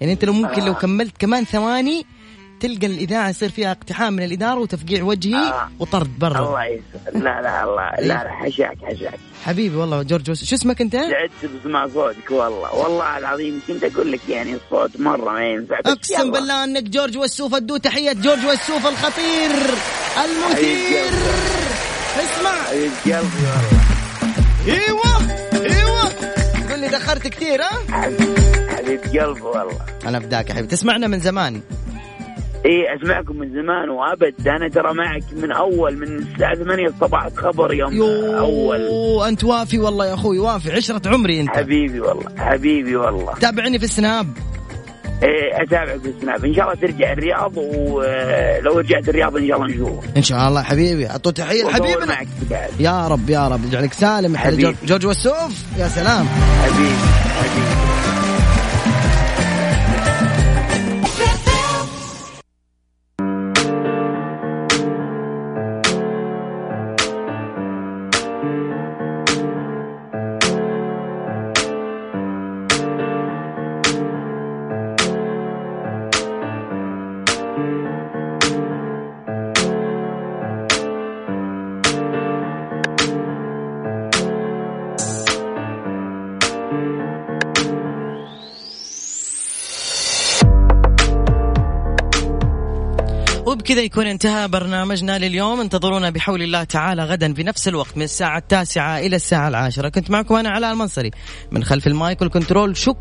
D: يعني انت لو ممكن
I: آه.
D: لو كملت كمان ثواني تلقى الاذاعه يصير فيها اقتحام من الاداره وتفقيع وجهي وطرد برا
I: آه. الله يسر لا لا الله
D: إيه.
I: لا لا حشاك حشاك
D: حبيبي والله جورج وس- شو اسمك انت؟
I: تعبت بسمع صوتك والله والله العظيم كنت اقول لك يعني الصوت مره ما ينفع بس
D: اقسم
I: يلا.
D: بالله انك جورج وسوف ادو تحيه جورج وسوف الخطير المثير اسمع
I: حبيب قلبي والله
D: ايوه ايوه قول لي دخرت كثير ها؟
I: حبيب قلبي والله
D: انا فداك يا حبيبي تسمعنا من زمان
I: اي اسمعكم إيه، من زمان وابد انا ترى معك من اول من الساعه 8 الصباح خبر يوم اول
D: وانت وافي والله يا اخوي وافي عشره عمري انت
I: حبيبي والله حبيبي والله
D: تابعني في السناب
I: إيه اتابعك في السناب ان شاء الله ترجع الرياض ولو رجعت الرياض ان شاء الله نشوفه
D: ان شاء الله حبيبي اعطوا تحيه
I: وأطول
D: لحبيبنا
I: معك بعد.
D: يا رب يا رب يجعلك سالم يا حبيبي
I: حبيبي.
D: جورج- جورج وسوف يا سلام
I: حبيبي حبيبي
D: وبكذا يكون انتهى برنامجنا لليوم انتظرونا بحول الله تعالى غدا في نفس الوقت من الساعة التاسعة إلى الساعة العاشرة كنت معكم أنا علاء المنصري من خلف المايك والكنترول شكرا